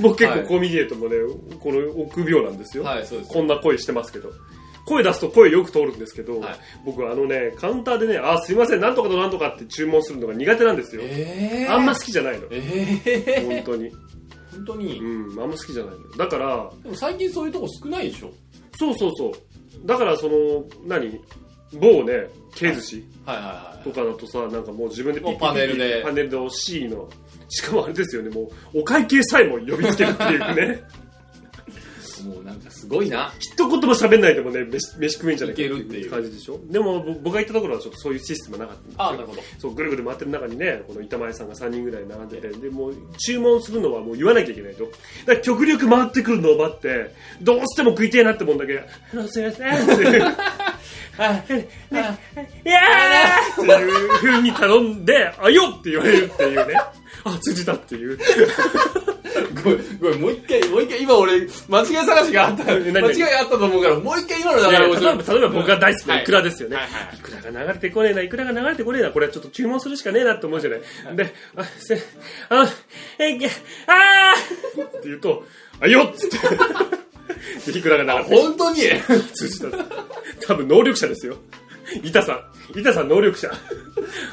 S1: 僕結
S2: は
S1: 構
S2: い
S1: コミュニケートもね、この臆病なんですよ。
S2: はいそうです
S1: こんな声してますけど。声出すと声よく通るんですけど、
S2: はい
S1: 僕あのね、カウンターでね、あ、すいません、なんとかとなんとかって注文するのが苦手なんですよ。
S2: えー、
S1: あんま好きじゃないの。
S2: ええ
S1: 本当に。
S2: ー、本当に、
S1: うん、あんま好きじゃないの。だから、
S2: でも最近そういうとこ少ないでしょ
S1: そうそうそう。だからその、何某ね、K 寿司
S2: はいはいはい
S1: とかだとさ、なんかもう自分で
S2: もうパネルで
S1: パネルで惜しいの。しかもあれですよね、もうお会計さえも呼びつけるっていうね。
S2: もうなんかすごいな。
S1: 一言も喋んないでもね飯飯食えんじゃないか
S2: いけるっていう
S1: 感じでしょでもぼ僕が行ったところはちょっとそういうシステムはなかったんですよ
S2: あ、なるほど。
S1: そうぐるぐる回ってる中にねこの板前さんが3人ぐらい並んでてでもう注文するのはもう言わなきゃいけないとだから極力回ってくるのを待ってどうしても食いてえなってもんだけ 「あのすいません」っていう「いやー!」っていう風 に頼んで「あよっ!」って言われるっていうねあ通じたっていう
S2: ごめんごめんもう一回もう一回今俺間違い探しがあった間
S1: 何何
S2: 違いあったと思うからもう一回今の
S1: い
S2: 流
S1: や
S2: れ
S1: い
S2: を
S1: や例えば例えば僕が大好きなイクラですよね、
S2: はいいはい
S1: くらが流れてこねえな、いくらが流れてこねえな、これはちょっと注文するしかねえなって思うじゃない。で、あ、せ、あ、え、げ、あーって言うと、あ、よっつって。で、いくらが流れて
S2: 本当に
S1: 通じた。多分能力者ですよ。板さん。板さん能力者。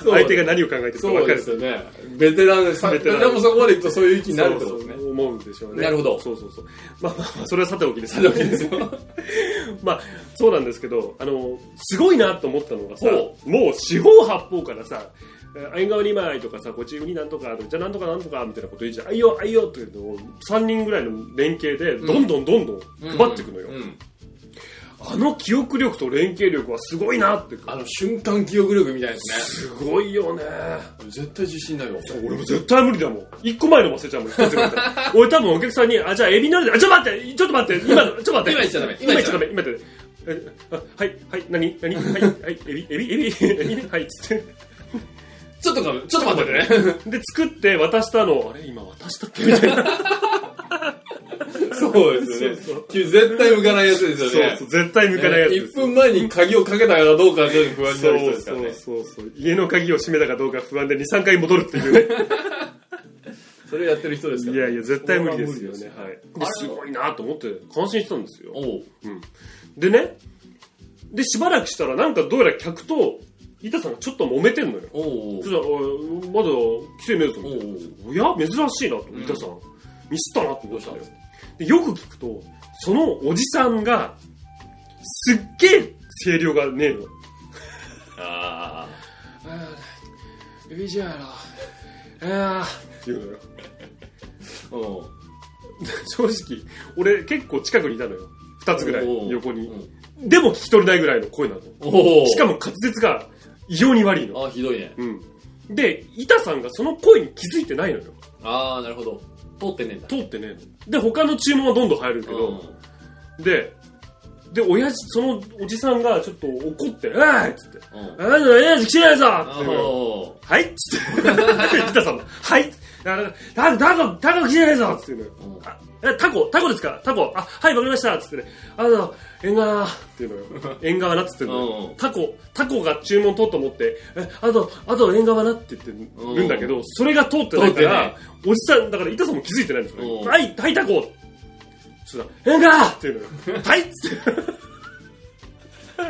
S2: そう
S1: 相手が何を考えてるか
S2: そ
S1: 分
S2: う
S1: か
S2: で
S1: る。
S2: すよねベテランです
S1: ベ
S2: ベ
S1: テ
S2: テ
S1: ラン
S2: ランもそこまでいくとそういう気になるってことですね
S1: そうそう思うんでしょうね。
S2: なるほど
S1: そうそうそう。まあまあまあ、それはさておきです。
S2: さておきですよ
S1: まあ、そうなんですけど、あの、すごいなと思ったのがさ、
S2: ほ
S1: もう四方八方からさ、アイガワ2枚とかさ、こちになんとか、じゃあなんとかなんとかみたいなこと言うじゃん、あいよ、あいよっていうのを3人ぐらいの連携で、どんどんどんどん配っていくのよ。
S2: うん
S1: あの記憶力と連携力はすごいなって。
S2: あの瞬間記憶力みたいです
S1: す
S2: ね
S1: ごいよね。
S2: 絶対自信ないわ
S1: 俺も絶対無理だもん。一個前の忘れちゃうもん、一つ前で 俺多分お客さんに、あ、じゃあエビなるで、あ、ちょっと待って、ちょっと待って、今の、ちょっと待って。
S2: 今言っちゃダメ
S1: 今
S2: 今
S1: 言
S2: 言
S1: っ
S2: っ
S1: ち
S2: ち
S1: ゃダ
S2: ゃ
S1: メ
S2: ダメ、
S1: 今で。えあはい、はい、何何はい、はい、エビ、エビ、エビ、エビね、はい、つっ
S2: ちょっとかちょっと待ってね
S1: て。で、作って渡したの、あれ今渡したっけみたいな。
S2: そうですよね
S1: そうそう
S2: 絶対向かないやつですよ
S1: そう
S2: ね
S1: そう、絶対抜かないやつで
S2: 1
S1: すよ。
S2: 分前に鍵をかけたかどうかがちょっと不安になる人
S1: そう
S2: ですから
S1: そう
S2: ね
S1: そうそう。家の鍵を閉めたかどうか不安で2、3回戻るって いうね。
S2: それをやってる人ですか
S1: い
S2: ら
S1: やいや、絶対無理ですよね。
S2: それは
S1: は
S2: 無
S1: い
S2: 理。
S1: で、すごいなと思って、感心したんですよ。
S2: おう
S1: でね、で、しばらくしたら、なんかどうやら客と、板さんがちょっと揉めてんのよ。
S2: おうおう
S1: そしたらおいまだ来てねえぞ
S2: おうおう
S1: おや、珍しいなと、
S2: ん
S1: 板さん。ミスったなって思ったのよ
S2: どうし。
S1: で、よく聞くと、そのおじさんが、すっげえ声量がねえの。
S2: あ
S1: ビジュアル。ああ。っていうのよ。
S2: あおう
S1: 正直、俺結構近くにいたのよ。二つぐらい、横に。
S2: うん
S1: でも聞き取れないぐらいの声なの。
S2: おう
S1: しかも滑舌が異様に悪いの。
S2: あひどいね
S1: うん。で、板さんがその声に気づいてないのよ。
S2: ああなるほど通ってねえんだ
S1: 通ってねえの。で、他の注文はどんどん入るけど、で、で、親父、そのおじさんがちょっと怒って、えーっつって、
S2: うんうん
S1: あなた親父来てないぞって言うのよ
S2: おう
S1: はいっつって、 板さんも、はいっつって、あタコ、タコ、タコ来てないぞって言うのよ。
S2: おう
S1: あえタコタコですかタコあはいわかりましたっつってねあの縁側っていうの よ縁側なっつってんの
S2: う
S1: よ
S2: ん
S1: タコタコが注文取ったと思ってえあとあと縁側なって言ってるんだけどそれが通ってないか
S2: 通ってな
S1: ら
S2: い
S1: おじさんだから板さんも気づいてないんですよね
S2: うん
S1: はいはいタコそしたら縁側って いうのよはいっつって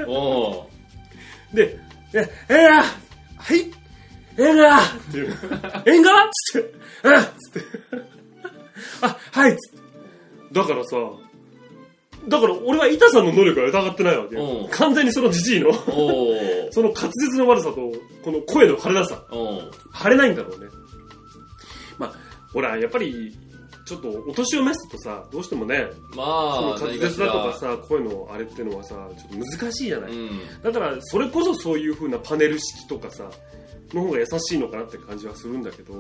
S2: おう
S1: でえ縁側はい縁側っていうの縁側っつってうんっつってあはいっつってだからさだから俺は板さんの能力は疑ってないわけよ、
S2: うん
S1: 完全にそのじじいの
S2: おう
S1: その滑舌の悪さとこの声の腫れなさ
S2: おう
S1: 腫れないんだろうねまあほらやっぱりちょっとお年を召すとさどうしてもね
S2: ま
S1: その
S2: あ
S1: 滑舌だとかさ声のあれってのはさちょっと難しいじゃない、
S2: うん
S1: だからそれこそそういう風なパネル式とかさの方が優しいのかなって感じはするんだけど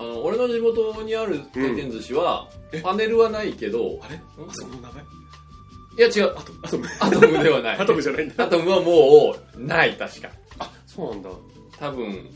S2: あの俺の地元にある回転寿司は、パネルはないけど
S1: あれ
S2: ん
S1: その名前
S2: いや違う
S1: アトムアトム
S2: アトムではない
S1: アトムじゃないんだ
S2: アトムはもうない確か
S1: そうなんだ
S2: 多分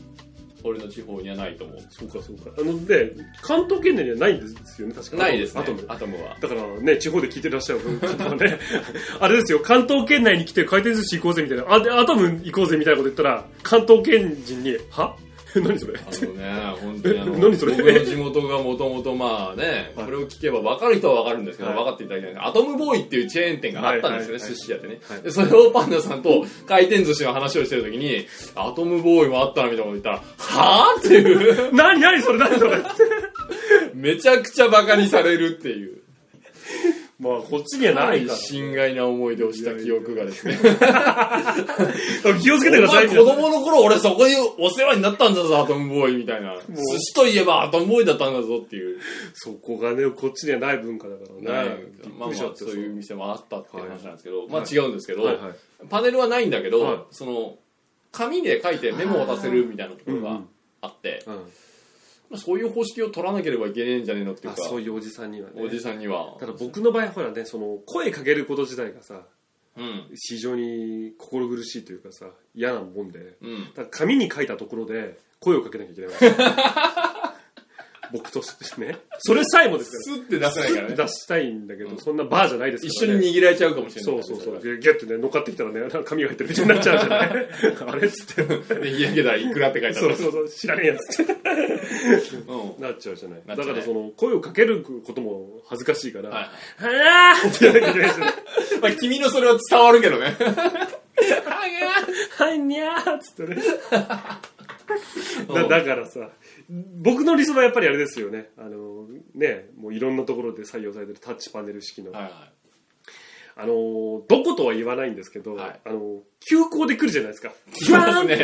S2: 俺の地方にはないと思
S1: そうかそうかあので関東圏内にはないんですよね確
S2: う
S1: か
S2: ないですね
S1: アトム
S2: アトムは
S1: だからね、地方で聞いてらっしゃる方はね、 あれですよ、関東圏内に来て回転寿司行こうぜみたいな、あ、で、アトム行こうぜみたいなこと言ったら、関東圏人に、は 何それ
S2: あのね、本当にあの、
S1: え何それ
S2: 僕の地元がもともとまあね、これを聞けば分かる人は分かるんですけど、
S1: はい
S2: 分かっていただけないんですアトムボーイっていうチェーン店があったんです
S1: はいは
S2: よね、
S1: いはい
S2: 寿司屋でね、
S1: はい
S2: で。それをパンダさんと回転寿司の話をしてるときに、アトムボーイもあったなみたいなこと言ったら、はぁっていう、
S1: 何何それ何それ
S2: めちゃくちゃバカにされるっていう、
S1: まあ、こっちにはないか
S2: 心外な思い出をした記憶がですね。
S1: ら。気をつけてくだ
S2: お
S1: さいみたいな。
S2: 前子供の頃俺そこにお世話になったんだぞ、アトムボーイみたいな。寿司といえばアトムボーイだったんだぞっていう。
S1: そこがね、こっちにはない文化だからね。びっ
S2: まあ
S1: くり
S2: まあ
S1: しちゃって
S2: そういう店もあったっていう話なんですけど、ま
S1: は
S2: あ
S1: い
S2: 違うんですけど、
S1: はいはい
S2: パネルはないんだけど、
S1: はい
S2: その紙で書いてメモを渡せるみたいなところ
S1: うんう
S2: が
S1: ん
S2: あって、
S1: うん
S2: まあそういう方式を取らなければいけねえんじゃねえのっていう
S1: あ
S2: か
S1: そういうおじさんには
S2: おじ
S1: ね。
S2: さんには
S1: ただ僕の場合、ほらね、その、声かけること自体がさ、
S2: うん
S1: 非常に心苦しいというかさ、嫌なもんで。
S2: うん
S1: だから紙に書いたところで声をかけなきゃいけないわけ僕としてね。それさえもですから。
S2: スッて出せないからね
S1: 出したいんだけど、そんなバーじゃないです
S2: 一
S1: か
S2: 緒
S1: ら、ね。
S2: に握られちゃうかもしれないか
S1: そ
S2: ら
S1: う
S2: ね
S1: そう
S2: れ
S1: そ
S2: は
S1: う。でギュッてね、乗っかってきたらね、なんか髪が入ってるみたいになっちゃうじゃ ないあれっつって。
S2: で開けたらいくらって書いてあ
S1: そう
S2: る
S1: そうそう、知らねえやつって。
S2: うん
S1: なっちゃうじゃない。
S2: な
S1: だ
S2: っち
S1: か
S2: ゃうね
S1: らその、声をかけることも恥ずかしいから、
S2: はい
S1: はあーって言わなきゃいけないじゃない。
S2: まあ君のそれは伝わるけどね
S1: はい、にゃーっつってね。だだからさ、僕の理想はやっぱりあれですよね。あの、ね、もういろんなところで採用されてるタッチパネル式の。
S2: はいは
S1: あの、どことは言わないんですけど、
S2: はい
S1: あの、急行で来るじゃないですか。
S2: いそうです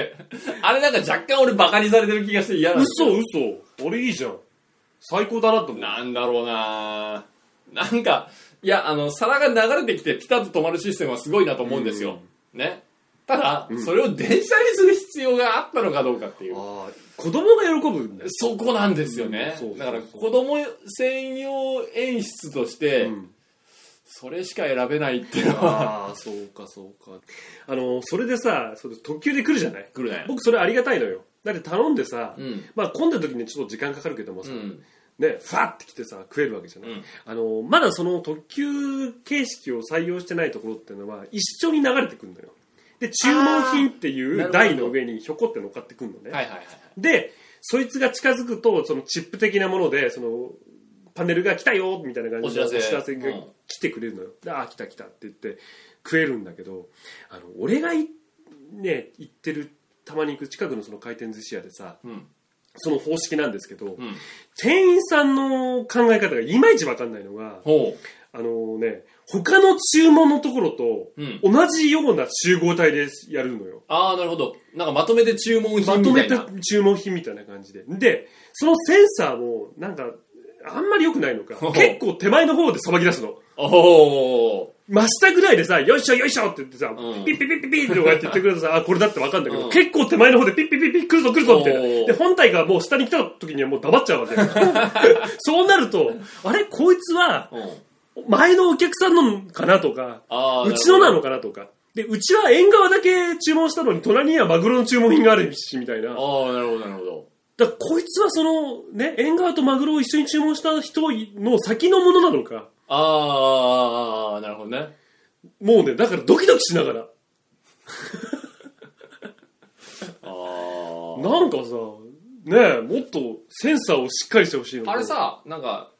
S2: ねあれなんか若干俺バカにされてる気がして嫌なんだけど
S1: 嘘嘘。あれいいじゃん。最高だなと思う。
S2: なんだろうななんか、いや、あの、皿が流れてきてピタッと止まるシステムはすごいなと思うんですよ。ね。ただ、それを電車にする必要があったのかどうかっていう。
S1: ああ、子供が喜ぶんだよ。
S2: そこなんですよね。
S1: そうそうそう
S2: だから、子供専用演出として、
S1: うん
S2: それしか選べないっていうのは、
S1: ああ、そうかそうか。あの、それでさ、それ特急で来るじゃない
S2: 来るね。
S1: 僕それありがたいのよ。だって頼んでさ、
S2: うん。
S1: まあ混んだ時にちょっと時間かかるけども
S2: う
S1: さ、
S2: ん。
S1: ね、ファって来てさ食えるわけじゃない、
S2: うん
S1: あのまだその特急形式を採用してないところっていうのは一緒に流れてくるのよで注文品って
S2: あーないるほ
S1: う
S2: ど
S1: 台の上にひょこって乗っかってくるのね、
S2: はいはいはい。
S1: でそいつが近づくとそのチップ的なものでそのパネルが来たよみたいな感じで
S2: お知らせ
S1: が
S2: うん
S1: 来てくれるのよ、でああ来た来たって言って食えるんだけどあの俺がい、ね、行ってるたまに行く近くのその回転寿司屋でさ
S2: うん。
S1: その方式なんですけど、
S2: うん。
S1: 店員さんの考え方がいまいちわかんないのが、
S2: ほ
S1: あのね、他の注文のところと
S2: う。うん。
S1: 同じような集合体でやるのよ。
S2: ああ、なるほど。なんかまとめて注文
S1: ま
S2: 品
S1: と
S2: み
S1: め
S2: たいな。
S1: た注文品みたいな感じで。で、そのセンサーも、なんか、あんまり良くないのか
S2: ほう、
S1: 結構手前の方でさばき出すの。
S2: おー。
S1: 真下ぐらいでさ、よいしょよいしょって言ってさ、
S2: ん
S1: ピッピッピッピッピッってこうやって言ってくれたさ、あ、これだってわかんだけど、
S2: うん
S1: 結構手前の方でピッピッピッピッ来るぞ来るぞみたいな。
S2: おー
S1: で、本体がもう下に来た時にはもう黙っち ゃうわけよ。そうなると、あれこいつは、
S2: うん。
S1: 前のお客さんのかなとか、
S2: ああ。
S1: うちのなのかなとか。で、うちは縁側だけ注文したのに、隣にはマグロの注文品があるし、みたいな。だか
S2: ああ、なるほど、なるほど。
S1: ら、こいつはその、ね、縁側とマグロを一緒に注文した人の先のものなのか。
S2: ああ、なるほどね。
S1: もうね、だからドキドキしながら。
S2: あ
S1: なんかさ、ねえ、もっとセンサーをしっかりしてほしいの
S2: あ。あれ、さ、なんか、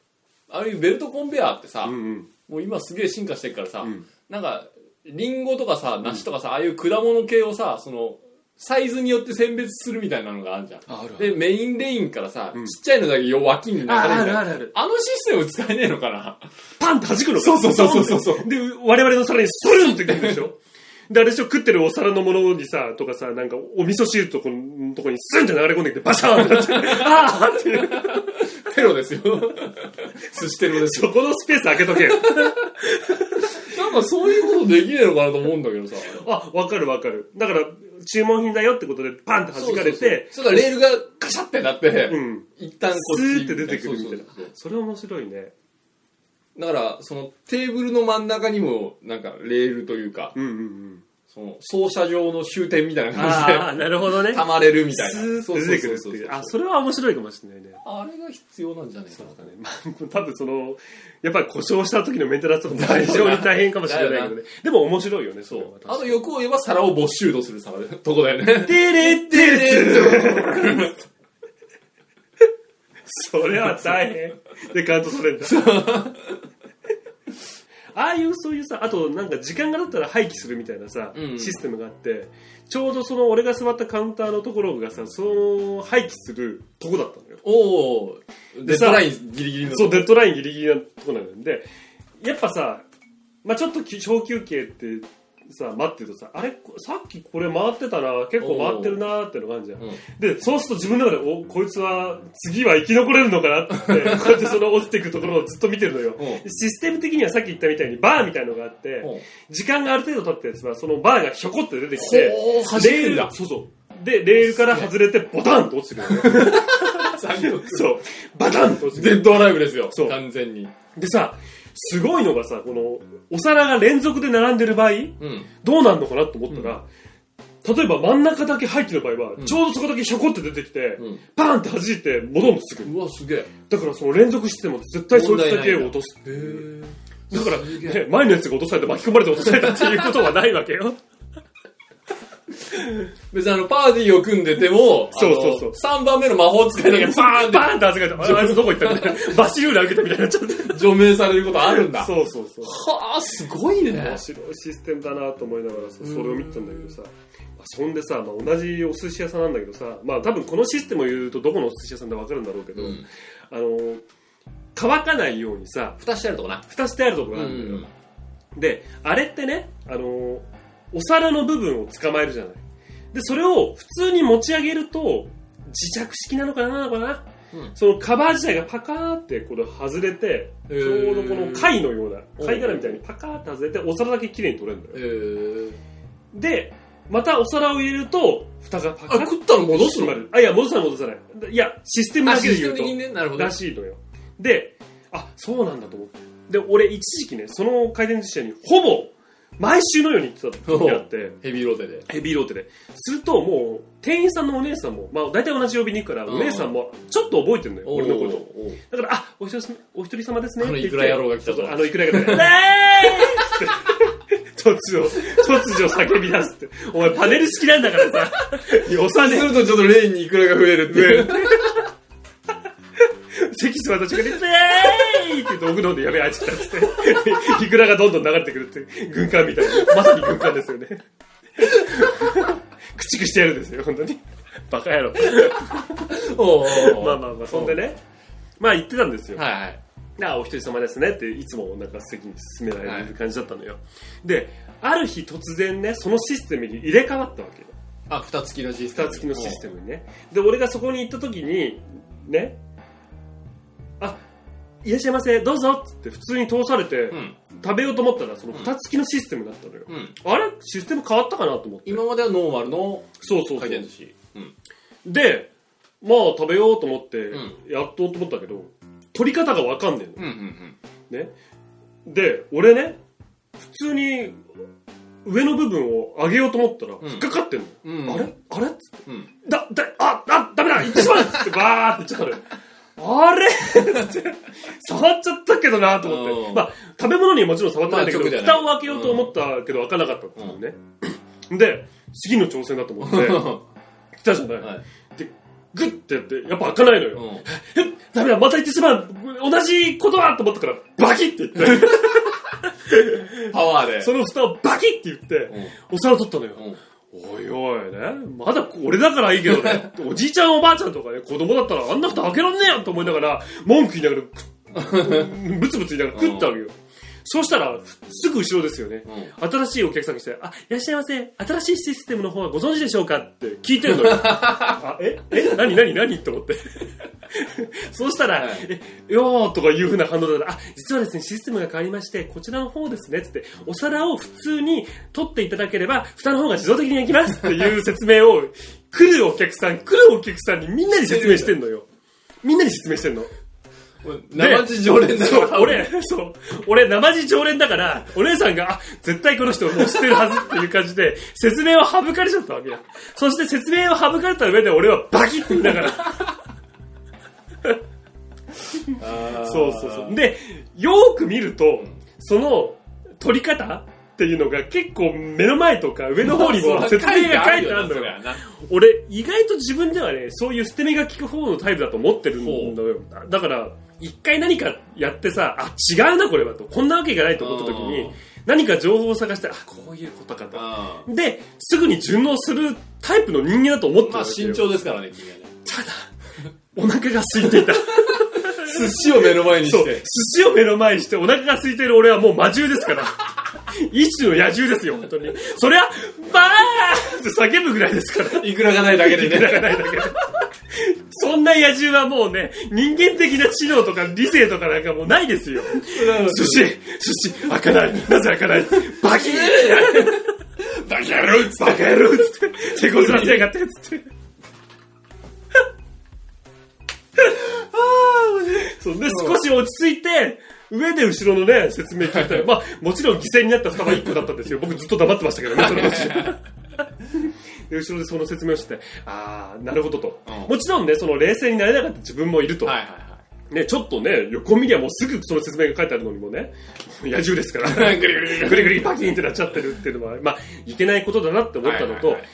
S2: ある意味ベルトコンベアってさ、
S1: うんうん。
S2: もう今すげえ進化してるからさ、
S1: ん
S2: なんか、リンゴとかさ、梨とかさ、ああいう果物系をさ、その、サイズによって選別するみたいなのがあるじゃん。
S1: あるあ
S2: で、メインレインからさ、ちっちゃいのだけよ脇に流れるじゃん
S1: ああるあるある
S2: あのシステム使えねえのかな
S1: パンって弾くの
S2: そうそうそうそうそう
S1: で、我々の皿にスルンってくるでしょで、あれでしょ、食ってるお皿のものにさ、とかさ、なんか、お味噌汁とこのとこにスンって流れ込んできて、バシャーンってな って、あーっていう、
S2: テロですよ。寿司テロですよ。
S1: そこのスペース開けと けよ。
S2: なんかそういうことできねえのかなと思うんだけどさ。
S1: あ、わかるわかる。だから、注文品だよってことで、パンって弾かれて、
S2: そうそうそうそうだレールがカシャってなって、
S1: うん。
S2: 一旦こっち
S1: スーって出てくるみたいな
S2: そうそうそう。
S1: それ面白いね。
S2: だからそのテーブルの真ん中にもなんかレールというか
S1: うんうんうん。
S2: その操車場の終点みたいな
S1: あ
S2: 感
S1: あ、なるほど
S2: じ
S1: ね
S2: で。溜まれるみたいな
S1: スーッと出てくるって
S2: そうそ
S1: い
S2: うそう
S1: う。
S2: そう
S1: あ、それは面白いかもしれないね。
S2: あれが必要なんじゃないかな
S1: まあ、 多分その、やっぱり故障した時のメンテナンスとか非常に大変かもしれないけどね。 でも面白いよね、そ
S2: そ
S1: れ
S2: う
S1: は
S2: あと欲を言えば皿を没収度する皿でとこだよ ね
S1: テレテレ それは大変。で、カウントされるんだ。 ああいうそういうさあとなんか時間が経ったら廃棄するみたいなさ、
S2: うん
S1: システムがあってちょうどその俺が座ったカウンターのところがさその廃棄するとこだったのよ
S2: おおデ
S1: で
S2: ッド
S1: さ
S2: ラインギリギリの
S1: そう、デッドラインギリギリなとこなんで、やっぱさ、まあちょっとき小休憩ってさ、待ってるとさ、あれ、こさっきこれ回ってたな、結構回ってるなーってのがあるじゃん。
S2: うん
S1: で、そうすると自分の中で、お、こいつは、次は生き残れるのかな って、こうやってその落ちていくところをずっと見てるのよ
S2: うん。
S1: システム的にはさっき言ったみたいに、バーみたいのがあって、
S2: うん
S1: 時間がある程度経ったやつは、そのバーがひょこって出てきて
S2: ほう、走って
S1: レ
S2: ん
S1: ー
S2: だ
S1: ル、そうそう。で、レールから外れて、ボタンと落ちてくる のよ。そう。バタンと落ちてくる
S2: デ。ッドアライブですよ
S1: そう
S2: 完全に
S1: でさ、すごいのがさ、この、お皿が連続で並んでる場合、
S2: うん
S1: どうなんのかなと思ったら、例えば真ん中だけ入ってる場合は、ちょうどそこだけひょこって出てきて、
S2: うん
S1: パーンって弾いて戻るのすぐ
S2: うわすげえ
S1: だからその連続しても絶対そいつだけ落とす
S2: へえ
S1: だから、ね、前のやつが落とされて巻き込まれて落とされたっていうことはないわけよ
S2: 別にあのパーティーを組んでても
S1: そうそうそう
S2: 3番目の魔法使いだけ
S1: パ
S2: バーン
S1: ーンパーンって弾かれてああいつどこ行ったみたいなバシルーラ受けたみたいになっちゃって
S2: って除名されることあるんだ
S1: そうそうそう
S2: はあすごいね
S1: 面白いシステムだなと思いながらさそれを見てたんだけどさそんでさ、まあ、同じお寿司屋さんなんだけどさまあ多分このシステムを言うとどこのお寿司屋さんで分かるんだろうけど、
S2: うん
S1: あの乾かないようにさ
S2: 蓋してあるとこな
S1: 蓋してあるとこがあるんだよ、であれってねあのーお皿の部分を捕まえるじゃないでそれを普通に持ち上げると磁着式なのかななのかな、
S2: うん
S1: そのカバー自体がパカーってこれ外れてち
S2: ち
S1: ょうどこの貝のような
S2: うん
S1: 貝殻みたいにパカーって外れてお皿だけ綺麗に取れるんだよ
S2: えー、
S1: でまたお皿を入れると蓋がパ
S2: あ
S1: カッ
S2: 食ったの戻す
S1: 閉
S2: の
S1: まるあいや戻さない戻さないいやシステム
S2: あ
S1: だけ
S2: シ
S1: で
S2: ス
S1: 言う
S2: テム
S1: と
S2: 的にねなるほど
S1: らしいのよであそうなんだと思ってで俺一時期ねその回転寿司屋にほぼ毎週のように行ってた時があって
S2: ヘビーローテで
S1: ヘビーローテでするともう店員さんのお姉さんも、まあ、大体同じ曜日に行くから
S2: うん
S1: お姉さんもちょっと覚えてるのよ俺のこ
S2: お
S1: と
S2: ーおー
S1: だからあお一人様お一人様ですね
S2: あの
S1: って言って
S2: いくら野郎が来たと
S1: そうそうあのいくら野郎が来たと突如突如叫び出すってお前パネル好きなんだからさよさねえ
S2: するとちょっとレーンにいくらが増えるっていう
S1: 席座った瞬間に、えーいって言って奥の方でやべえ、あいつ来たっつって。いくらがどんどん流れてくるっていう、軍艦みたいな。まさに軍艦ですよね。駆逐してやるんですよ、本当に。バカ野郎。
S2: おーおー
S1: まあまあまあ、そんでね。まあ言ってたんですよ。
S2: はいはい
S1: であ、お一人様ですねって、いつもなんか席に進められる感じだったのよ。で、ある日突然ね、そのシステムに入れ替わったわけよ。
S2: あ蓋付きのシステム
S1: 蓋付きのシステムにねで俺がそこに行った時にねあいらっしゃいませどうぞっつって普通に通されて、
S2: うん
S1: 食べようと思ったらその蓋付きのシステムだったのよ、
S2: うん
S1: あれシステム変わったかなと思って
S2: 今まではノーマルの
S1: そうそうそ
S2: 回
S1: う
S2: 転寿司うん
S1: でまあ食べようと思って、
S2: ん
S1: やっとうと思ったけど取り方が分かんねえの
S2: うんうん
S1: ね、で俺ね普通に上の部分を上げようと思ったら
S2: ん
S1: 引っかかってんの、
S2: うん
S1: あれあれっつって、
S2: うん
S1: だだああダメだ行ってしまうっつってバーって行っちゃうのよあれつって触っちゃったけどなと思って、
S2: うん
S1: まあ、食べ物にはもちろん触ってないんだけど、
S2: まあ直でね
S1: 蓋を開けようと思ったけど開かなかったっていうね、で次の挑戦だと 思って
S2: うん
S1: 来たじゃない、
S2: はい
S1: でグッてやってやっぱ開かないのよ、
S2: うん
S1: えダメだ、また行ってしまう。同じことだと思ったから、バキって言って、
S2: パワー で
S1: その蓋をバキって言って、お皿取ったのよ。
S2: うん
S1: おいおいね、まだ俺だからいいけど ね、おじいちゃんおばあちゃんとかね、子供だったらあんな蓋開けらんねえよと思いながら、文句言いながら く、ブツブツ言いながら食ったわけよ。そうしたら、すぐ後ろですよね。
S2: うん
S1: 新しいお客さんが来て、あ、いらっしゃいませ、新しいシステムの方はご存知でしょうかって聞いてるのよ。 あ、え、え、何、何、何と思って。 そうしたら、
S2: はい
S1: え、よーとかいうふうな反応だったら、あ、実はですね、システムが変わりまして、こちらの方ですね、つって、お皿を普通に取っていただければ、蓋の方が自動的に開きますっていう説明を、来るお客さん、来るお客さんにみんなに説明してんのよ。みんなに説明してんの。
S2: 生地常連だ
S1: そ
S2: か
S1: う
S2: ら、
S1: 俺、そう、俺、生地常連だから、お姉さんが、あ、絶対この人もう知ってるはずっていう感じで、説明を省かれちゃったわけだ。そして説明を省かれた上で、俺はバキッて言いながら、そうそうそう。で、よーく見ると、その、取り方っていうのが結構目の前とか上の方にも説明が書いてあるのよ。
S2: よな
S1: 俺意外と自分ではねそういう捨て身が効く方のタイプだと思ってるんだよだから一回何かやってさあ違うなこれはとこんなわけがないと思った時
S2: う
S1: に
S2: ん
S1: 何か情報を探してあこういうことかとですぐに順応するタイプの人間だと思って
S2: ま
S1: た
S2: あ
S1: わけよ
S2: 慎重ですからね君はね
S1: ただお腹が空い ていた
S2: 寿司を目の前に
S1: そ
S2: し
S1: う寿
S2: て
S1: 司を目の前にしてお腹が空いている俺はもう魔獣ですから 一種の野獣ですよ本当にそりゃバーンって叫ぶぐらいですから
S2: いくらがないだけでね
S1: ならないだけど。 そんな野獣はもうね、人間的な知能とか理性とかなんかもうないですよ。寿司、寿司、開かない。なぜ開かない。バキー
S2: バキやろう
S1: バカ野郎つって、手こずらせやがってつって。そんで少し落ち着いて、上で後ろのね、説明聞いたら、まあ、もちろん犠牲になった双葉1個だったんですよ。僕ずっと黙ってましたけどね、その時。で後ろでその説明をしててああなるほどと、
S2: うん
S1: もちろんねその冷静になれなかった自分もいると、
S2: はいは
S1: ね、ちょっとね横見りゃもうすぐその説明が書いてあるのにもねもう野獣ですから
S2: いはい。ぐりぐりぐり
S1: グリグリパキンってなっちゃってるっていうのは、まあ、いけないことだなって思ったのと、
S2: はいはいはい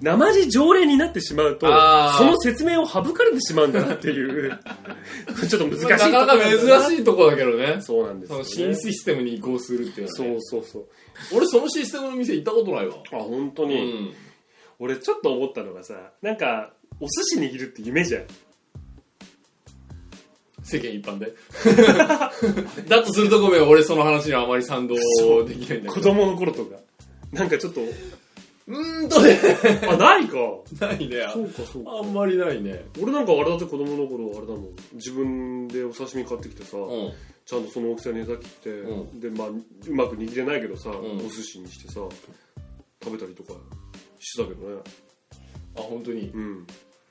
S1: 生地条例になってしまうと
S2: あー
S1: その説明を省かれてしまうんだなっていう ちょっと難しい
S2: なかなか珍しいとこだけどね。
S1: そうなんで
S2: その
S1: すよ、
S2: 新
S1: ね、
S2: システムに移行するっていうのは
S1: そ
S2: ね
S1: うそうそう
S2: 俺そのシステムの店行ったことないわ。
S1: あ本当
S2: う
S1: に、
S2: ん。
S1: 俺ちょっと思ったのがさなんかお寿司握るって夢じゃん
S2: 世間一般で。 だとするとごめん、俺その話にはあまり賛同できないんだけ
S1: 子
S2: ど。
S1: 供の頃とかなんかちょっと
S2: うーんと ね。
S1: あないか
S2: ないね。
S1: そうかそうか
S2: あんまりないね。
S1: 俺なんかあれだって子供の頃あれだもん自分でお刺身買ってきてさ、
S2: うん。
S1: ちゃんとその大きさに枝切って、
S2: う
S1: で、まあ、うまく握れないけどさ、
S2: ん
S1: お寿司にしてさ食べたりとかしてたけどね
S2: あ、本当に。
S1: うん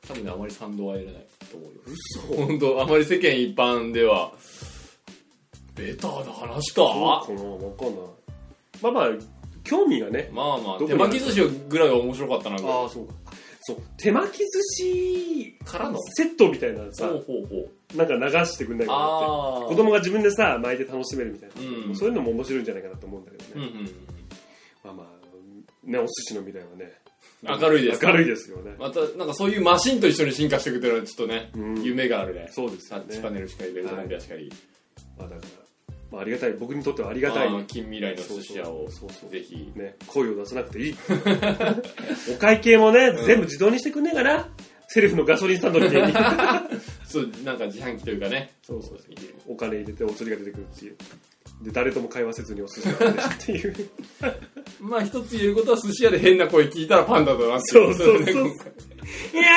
S2: 多分ね、あまり賛同は得られないと思うよ。
S1: 嘘
S2: 本当あまり世間一般では、ベターな話
S1: そう
S2: か
S1: かなわかんないまあまあ興味がね
S2: まあま
S1: ど
S2: あ、
S1: こ
S2: 手巻き寿司ぐらいは面白かったな、
S1: ああそうかそう手巻き寿司
S2: からの
S1: セットみたいなの
S2: ほ
S1: さ
S2: うほうほう。
S1: なんか流してくんないかなっ
S2: あ
S1: て
S2: あ。
S1: 子供が自分でさ巻いて楽しめるみたいな、
S2: うん。
S1: そういうのも面白いんじゃないかなと思うんだけどね、
S2: うんうん
S1: まあまあねお寿司の未来はね
S2: うん。明るいですか
S1: 明るいですよね、
S2: また、なんかそういうマシンと一緒に進化していくっていうのはちょっとね、
S1: うん
S2: 夢があるね。
S1: そうです
S2: タ
S1: よ
S2: ッチ
S1: ね
S2: パネルしかり、ベルトコンベアしかり。
S1: まあだから、まあ、ありがたい僕にとってはありがたい
S2: あー近未来の寿司屋を、
S1: そうそう
S2: ぜひ。
S1: ね声を出さなくていい お会計もね、全部自動にしてくんねえかなセルフのガソリンスタンドみたいに
S2: そう、なんか自販機というかね。
S1: そうそう
S2: いいね
S1: お金入れてお釣りが出てくるっていうで誰とも会話せずにお寿司が出てくるっていう
S2: まあ一つ言うことは寿司屋で変な声聞いたらパンダだなって
S1: そうそうそう
S2: ね今回
S1: いや